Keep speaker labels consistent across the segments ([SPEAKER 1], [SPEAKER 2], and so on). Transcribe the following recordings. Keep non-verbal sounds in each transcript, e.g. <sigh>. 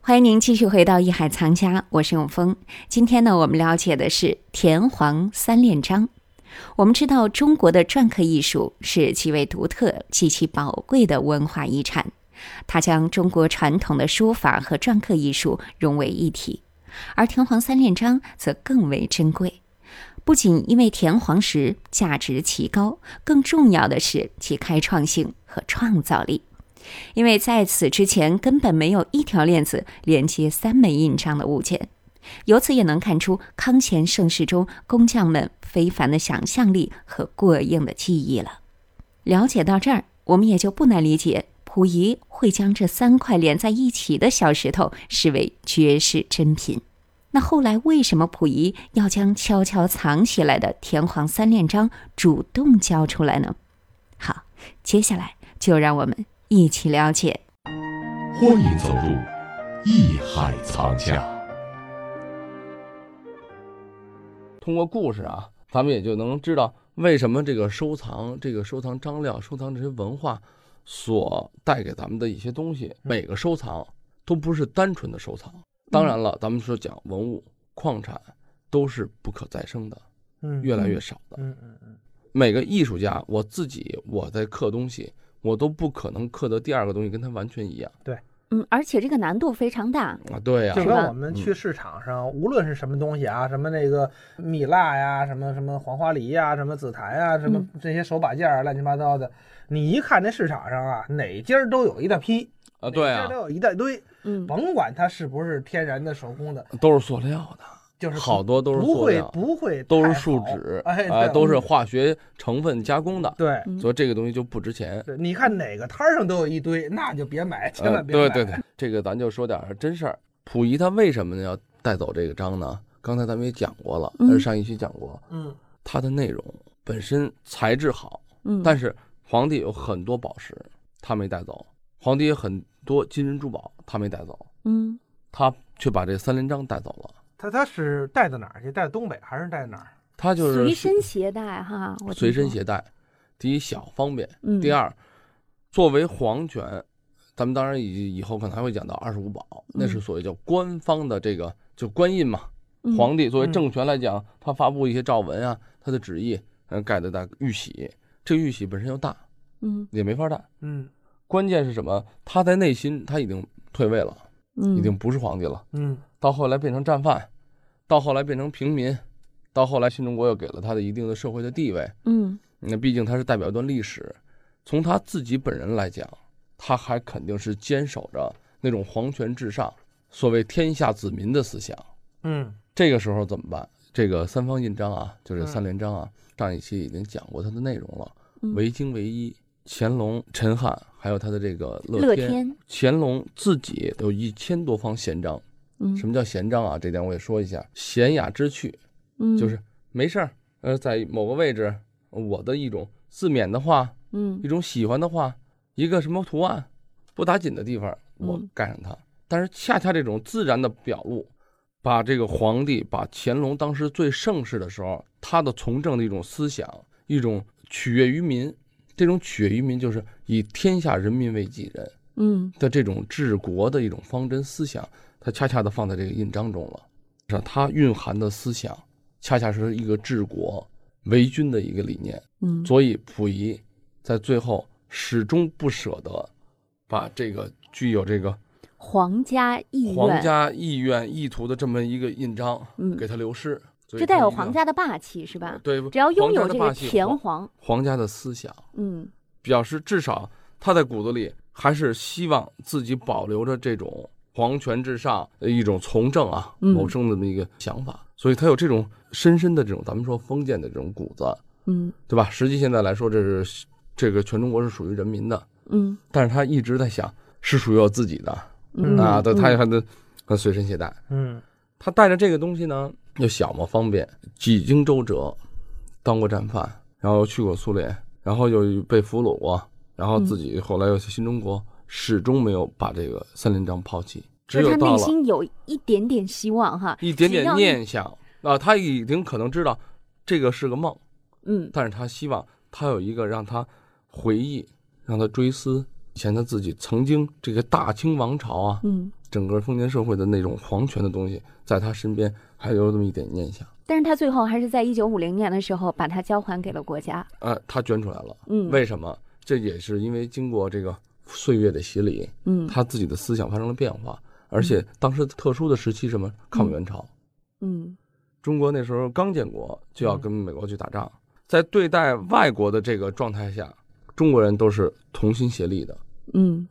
[SPEAKER 1] 欢迎您继续回到《艺海藏家》，我是永峰。今天呢，我们了解的是田黄三链章。我们知道，中国的篆刻艺术是极为独特、极其宝贵的文化遗产，它将中国传统的书法和篆刻艺术融为一体。而田黄三链章则更为珍贵，不仅因为田黄石价值奇高，更重要的是其开创性和创造力。因为在此之前根本没有一条链子连接三枚印章的物件。由此也能看出康乾盛世中工匠们非凡的想象力和过硬的技艺了。了解到这儿，我们也就不难理解溥仪会将这三块连在一起的小石头视为绝世珍品。那后来为什么溥仪要将悄悄藏起来的田黄三链章主动交出来呢？好，接下来就让我们一起了解。
[SPEAKER 2] 欢迎走入艺海藏家。
[SPEAKER 3] 通过故事啊，咱们也就能知道为什么这个收藏、这个收藏张料、收藏这些文化所带给咱们的一些东
[SPEAKER 4] 嗯
[SPEAKER 3] 西。每个收藏都不是单纯的收藏。当然了，咱们说讲文物、矿产都是不可再生的，
[SPEAKER 4] 嗯，
[SPEAKER 3] 越来越少的。
[SPEAKER 4] 嗯嗯嗯，
[SPEAKER 3] 每个艺术家，我自己我在刻东西，我都不可能刻的第二个东西跟它完全一样
[SPEAKER 5] 嗯，而且这个难度非常大。
[SPEAKER 3] 啊。对呀、
[SPEAKER 4] 就是
[SPEAKER 5] 吧
[SPEAKER 4] 跟我们
[SPEAKER 3] 嗯
[SPEAKER 4] 去市场上，无论是什么东西啊，什么那个蜜蜡呀，什么什么黄花梨呀，什么紫檀呀，什么
[SPEAKER 5] 嗯
[SPEAKER 4] 这些手把件儿乱七八糟的，你一看这市场上啊，哪家儿都有一大批，
[SPEAKER 3] 啊，对
[SPEAKER 4] 哪
[SPEAKER 3] 啊
[SPEAKER 4] 家儿都，有一大堆，
[SPEAKER 5] 嗯，
[SPEAKER 4] 甭管它是不是天然的手工的，
[SPEAKER 3] 都是塑料的，
[SPEAKER 4] 就是
[SPEAKER 3] 好多都是
[SPEAKER 4] 不
[SPEAKER 3] 塑
[SPEAKER 4] 会
[SPEAKER 3] 料，
[SPEAKER 4] 不会
[SPEAKER 3] 都
[SPEAKER 4] 太
[SPEAKER 3] 是
[SPEAKER 4] 好
[SPEAKER 3] 树脂，
[SPEAKER 4] 哎，
[SPEAKER 3] 啊，
[SPEAKER 4] 对
[SPEAKER 3] 都是化学成分加工的，
[SPEAKER 4] 对。
[SPEAKER 5] 嗯
[SPEAKER 3] 所以这个东西就不值钱。
[SPEAKER 4] 对，你看哪个摊儿上都有一堆，那就别买，千
[SPEAKER 3] 呃，
[SPEAKER 4] 万别买。
[SPEAKER 3] 对对对，这个咱就说点儿真事儿。溥仪他为什么要带走这个章呢？刚才咱们也讲过了，但是
[SPEAKER 5] 嗯
[SPEAKER 3] 上一期讲过，
[SPEAKER 4] 嗯，
[SPEAKER 3] 它的内容本身材质好，
[SPEAKER 5] 嗯，
[SPEAKER 3] 但是皇帝有很多宝石，他没带走；皇帝有很多金银珠宝，他没带走，
[SPEAKER 5] 嗯，
[SPEAKER 3] 他却把这三连章带走了。
[SPEAKER 4] 他他是带到哪儿去？带到东北还是带哪儿？
[SPEAKER 3] 他就是
[SPEAKER 5] 随身携带哈，我
[SPEAKER 3] 随身
[SPEAKER 5] 听说，
[SPEAKER 3] 携带，第一小方便，
[SPEAKER 5] 嗯，
[SPEAKER 3] 第，二，作为皇权，咱们当然以以后可能还会讲到二十五宝，那是
[SPEAKER 5] 嗯
[SPEAKER 3] 所谓叫官方的这个就官印嘛。皇帝作为
[SPEAKER 4] 嗯
[SPEAKER 3] 政权来讲，他发布一些诏文啊，他的旨意，嗯，盖的大玉玺，这个玉玺本身又大，
[SPEAKER 5] 嗯，
[SPEAKER 3] 也没法戴。
[SPEAKER 4] 嗯
[SPEAKER 3] 关键是什么？他在内心他已经退位了，
[SPEAKER 5] 嗯，
[SPEAKER 3] 已经不是皇帝了，
[SPEAKER 4] 嗯
[SPEAKER 3] 到后来变成战犯，到后来变成平民，到后来新中国又给了他的一定的社会的地位。
[SPEAKER 5] 嗯，
[SPEAKER 3] 那毕竟他是代表一段历史，从他自己本人来讲，他还肯定是坚守着那种皇权至上、所谓天下子民的思想。
[SPEAKER 4] 嗯
[SPEAKER 3] 这个时候怎么办？这个三方印章啊，就这
[SPEAKER 4] 嗯
[SPEAKER 3] 三连章啊，上一期已经讲过它的内容了。
[SPEAKER 5] 嗯
[SPEAKER 3] 维京唯一，乾隆、陈汉，还有他的这个乐
[SPEAKER 5] 嗯乐
[SPEAKER 3] 天。
[SPEAKER 5] 天，
[SPEAKER 3] 乾隆自己有一千多方闲章。
[SPEAKER 5] 嗯，
[SPEAKER 3] 什么叫闲章啊？这点我也说一下。闲雅之趣，
[SPEAKER 5] 嗯，
[SPEAKER 3] 就是没事儿，呃，在某个位置，我的一种自勉的话，
[SPEAKER 5] 嗯，
[SPEAKER 3] 一种喜欢的话，一个什么图案不打紧的地方，我
[SPEAKER 5] 嗯
[SPEAKER 3] 盖上它。但是恰恰这种自然的表露，把这个皇帝，把乾隆当时最盛世的时候，他的从政的一种思想，一种取悦于民，这种取悦于民就是以天下人民为己任
[SPEAKER 5] 嗯，
[SPEAKER 3] 的这种治国的一种方针思想，它恰恰的放在这个印章中了。是吧它蕴含的思想，恰恰是一个治国为君的一个理念。
[SPEAKER 5] 嗯，
[SPEAKER 3] 所以溥仪在最后始终不舍得把这个具有这个
[SPEAKER 5] 皇家意
[SPEAKER 3] 皇
[SPEAKER 5] 愿，
[SPEAKER 3] 家意愿意图的这么一个印章
[SPEAKER 5] 嗯
[SPEAKER 3] 给他流失，所以
[SPEAKER 5] 这带
[SPEAKER 3] 他
[SPEAKER 5] 有
[SPEAKER 3] 一定
[SPEAKER 5] 皇家的霸气是吧？
[SPEAKER 3] 对，
[SPEAKER 5] 只要拥
[SPEAKER 3] 皇家
[SPEAKER 5] 有
[SPEAKER 3] 的
[SPEAKER 5] 这
[SPEAKER 3] 霸
[SPEAKER 5] 个
[SPEAKER 3] 气
[SPEAKER 5] 田
[SPEAKER 3] 皇
[SPEAKER 5] 皇，
[SPEAKER 3] 皇家的思想，
[SPEAKER 5] 嗯
[SPEAKER 3] 表示至少他在骨子里还是希望自己保留着这种皇权至上呃一种从政啊
[SPEAKER 5] 嗯
[SPEAKER 3] 谋政的这么一个想法，所以他有这种深深的这种咱们说封建的这种骨子，
[SPEAKER 5] 嗯
[SPEAKER 3] 对吧？实际现在来说，这是这个全中国是属于人民的，
[SPEAKER 5] 嗯
[SPEAKER 3] 但是他一直在想，是属于我自己的
[SPEAKER 5] 嗯
[SPEAKER 3] 啊，对，
[SPEAKER 5] 嗯
[SPEAKER 3] 他还得他随身携带。
[SPEAKER 4] 嗯
[SPEAKER 3] 他带着这个东西呢，又小嘛方便，几经周折，当过战犯，然后又去过苏联，然后又被俘虏过，然后自己后来又去新中国，始终没有把这个三连章抛弃，只
[SPEAKER 5] 就是
[SPEAKER 3] 有
[SPEAKER 5] 他
[SPEAKER 3] 到
[SPEAKER 5] 内
[SPEAKER 3] 了
[SPEAKER 5] 心有一点点希望哈，
[SPEAKER 3] 一点
[SPEAKER 5] 只
[SPEAKER 3] 点
[SPEAKER 5] 要
[SPEAKER 3] 念想啊，他已经可能知道这个是个梦，
[SPEAKER 5] 嗯
[SPEAKER 3] 但是他希望他有一个让他回忆，让他追思以前他自己曾经这个大清王朝啊，
[SPEAKER 5] 嗯
[SPEAKER 3] 整个封建社会的那种皇权的东西，在他身边还留了这么一点念想。
[SPEAKER 5] 但是他最后还是在一九五零年的时候把它交还给了国家。
[SPEAKER 3] 呃，他捐出来了，
[SPEAKER 5] 嗯
[SPEAKER 3] 为什么？这也是因为经过这个岁月的洗礼，
[SPEAKER 5] 嗯
[SPEAKER 3] 他自己的思想发生了变化，而且当时特殊的时期是什么抗美援朝，
[SPEAKER 5] 嗯
[SPEAKER 3] 中国那时候刚建国就要跟美国去打仗，在对待外国的这个状态下，中国人都是同心协力的。
[SPEAKER 5] 嗯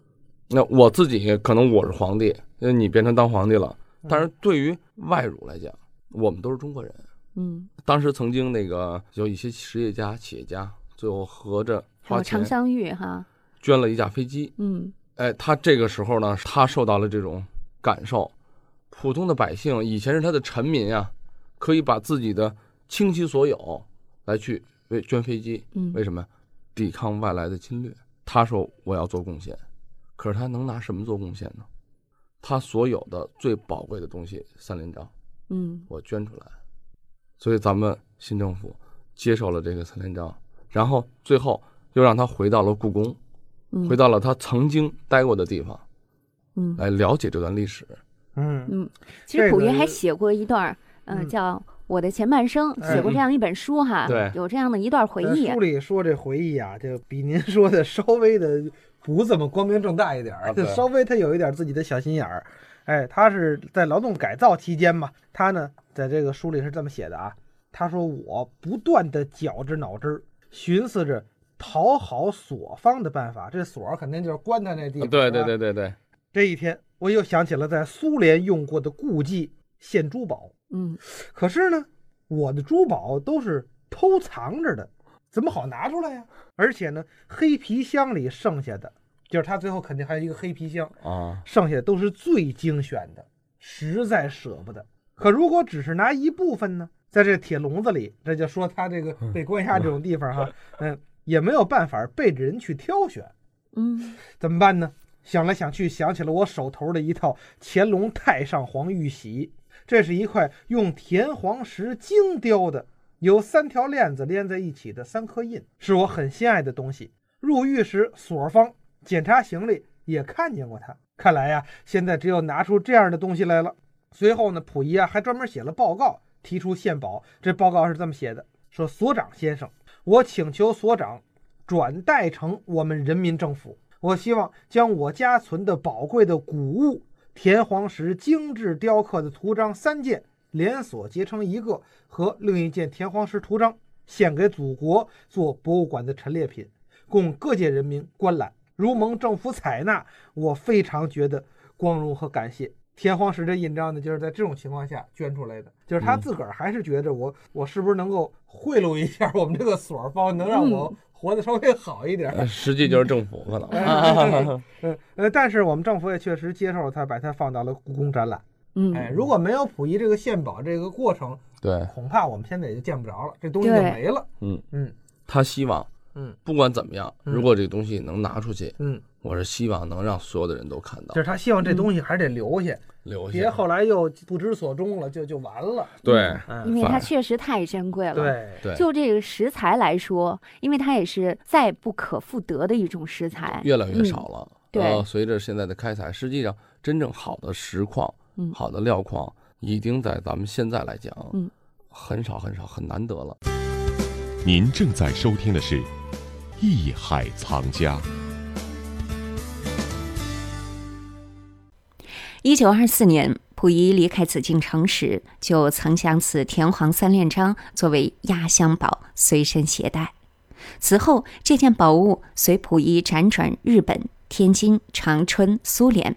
[SPEAKER 3] 那我自己可能我是皇帝，那你变成当皇帝了，但是对于外辱来讲，我们都是中国人。
[SPEAKER 5] 嗯，
[SPEAKER 3] 当时曾经那个有一些实业家、企业家，最后合着
[SPEAKER 5] 还
[SPEAKER 3] 花
[SPEAKER 5] 有
[SPEAKER 3] 钱
[SPEAKER 5] 常香玉哈，
[SPEAKER 3] 捐了一架飞机。
[SPEAKER 5] 嗯
[SPEAKER 3] 哎，他这个时候呢，他受到了这种感受。普通的百姓以前是他的臣民啊，可以把自己的倾其所有来去为捐飞机，
[SPEAKER 5] 嗯
[SPEAKER 3] 为什么呀？抵抗外来的侵略。他说我要做贡献，可是他能拿什么做贡献呢？他所有的最宝贵的东西，三连章，
[SPEAKER 5] 嗯
[SPEAKER 3] 我捐出来。所以咱们新政府接受了这个三连章，然后最后又让他回到了故宫，
[SPEAKER 5] 嗯，
[SPEAKER 3] 回到了他曾经待过的地方，
[SPEAKER 5] 嗯
[SPEAKER 3] 来了解这段历史。
[SPEAKER 4] 嗯，
[SPEAKER 5] 嗯，其
[SPEAKER 4] 这
[SPEAKER 5] 实溥仪
[SPEAKER 4] 个
[SPEAKER 5] 还写过一段儿，呃，
[SPEAKER 4] 嗯
[SPEAKER 5] 叫《我的前半生》，
[SPEAKER 4] 哎
[SPEAKER 5] 写过这样一本书哈，
[SPEAKER 3] 嗯对
[SPEAKER 5] 有这样的一段回
[SPEAKER 4] 呃
[SPEAKER 5] 忆啊
[SPEAKER 4] 书。里说这回忆啊，就比您 <laughs> 说的稍微的不这么光明正大一点儿，
[SPEAKER 3] 啊
[SPEAKER 4] 就
[SPEAKER 3] 对
[SPEAKER 4] 稍微他有一点自己的小心眼儿。哎，他是在劳动改造期间嘛，他呢在这个书里是这么写的啊，他说我不断的绞着脑汁儿，寻思着讨好所方的办法，这所儿肯定就是关他那地方。
[SPEAKER 3] 啊对
[SPEAKER 4] 是吧
[SPEAKER 3] 对嗯对对对，
[SPEAKER 4] 这一天，我又想起了在苏联用过的故技献珠宝，
[SPEAKER 5] 嗯
[SPEAKER 4] 可是呢，我的珠宝都是偷藏着的，怎么好拿出来呀？而且呢，黑皮箱里剩下的，就是他最后肯定还有一个黑皮箱，
[SPEAKER 3] 啊，
[SPEAKER 4] 剩下的都是最精选的，实在舍不得。可如果只是拿一部分呢，在这铁笼子里，这就说他这个被关押这种地方哈，嗯，也没有办法背着人去挑选。
[SPEAKER 5] 嗯
[SPEAKER 4] 怎么办呢？想来想去，想起了我手头的一套乾隆太上皇玉玺，这是一块用田黄石精雕的，由三条链子连在一起的三颗印，是我很心爱的东西。入狱时，所方检查行李也看见过它。看来呀，现在只有拿出这样的东西来了。随后呢，溥仪啊还专门写了报告，提出献宝。这报告是这么写的：说所长先生，我请求所长转代成我们人民政府。我希望将我家存的宝贵的古物——田黄石精致雕刻的图章三件，连锁结成一个，和另一件田黄石图章，献给祖国做博物馆的陈列品，供各界人民观览。如蒙政府采纳，我非常觉得光荣和感谢。田黄石这印章呢，就是在这种情况下捐出来的，就是他自个儿还是觉着我，我是不是能够贿赂一下我们这个所儿方，能让我活得稍微好一点儿？
[SPEAKER 3] 呃 <laughs> 实际就是政府可能。
[SPEAKER 4] 呃 <laughs> 呃，但是我们政府也确实接受了它，把它放到了故宫展览。哎，
[SPEAKER 5] 嗯，
[SPEAKER 4] 如果没有溥仪这个献宝这个过程，
[SPEAKER 3] 对，
[SPEAKER 4] 恐怕我们现在也就见不着了，这东西就
[SPEAKER 5] 对
[SPEAKER 4] 没了。
[SPEAKER 3] 嗯
[SPEAKER 4] 嗯
[SPEAKER 3] 他希望，
[SPEAKER 4] 嗯，
[SPEAKER 3] 不管怎么样，如果这个东西能拿出去，
[SPEAKER 4] 嗯，
[SPEAKER 3] 我是希望能让所有的人都看到
[SPEAKER 4] 就是，他希
[SPEAKER 5] 嗯
[SPEAKER 4] 望这东西还是得留下，
[SPEAKER 3] 留
[SPEAKER 4] 别
[SPEAKER 3] 下。
[SPEAKER 4] 后来又不知所终了，就就完了。
[SPEAKER 3] 对
[SPEAKER 5] 因
[SPEAKER 4] 嗯，
[SPEAKER 5] 为它
[SPEAKER 3] 反
[SPEAKER 5] 确实太珍贵了。。
[SPEAKER 4] 对，
[SPEAKER 3] 对，
[SPEAKER 5] 就这个食材来说，因为它也是再不可复得的一种食材，
[SPEAKER 3] 越来越少了。
[SPEAKER 5] 对
[SPEAKER 3] 呃，随着现在的开采，实际上真正好的石矿、
[SPEAKER 5] 嗯
[SPEAKER 3] 好的料矿，已经在咱们现在来讲，
[SPEAKER 5] 嗯，
[SPEAKER 3] 很少很少，很难得了。
[SPEAKER 2] 您正在收听的是《艺海藏家》。
[SPEAKER 1] 一九二四年，溥仪离开紫禁城时，就曾将此田黄三链章作为压箱宝随身携带。此后，这件宝物随溥仪辗转日本、天津、长春、苏联，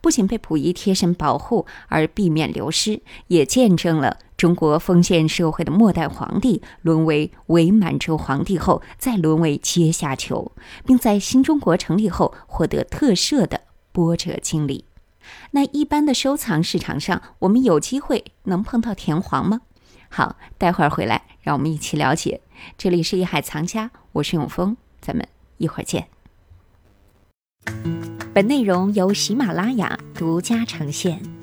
[SPEAKER 1] 不仅被溥仪贴身保护而避免流失，也见证了中国封建社会的末代皇帝沦为伪满洲皇帝后，再沦为阶下囚，并在新中国成立后获得特赦的波折经历。那一般的收藏市场上，我们有机会能碰到田黄吗？好，待会儿回来，让我们一起了解。这里是《艺海藏家》，我是永峰，咱们一会儿见。本内容由喜马拉雅独家呈现。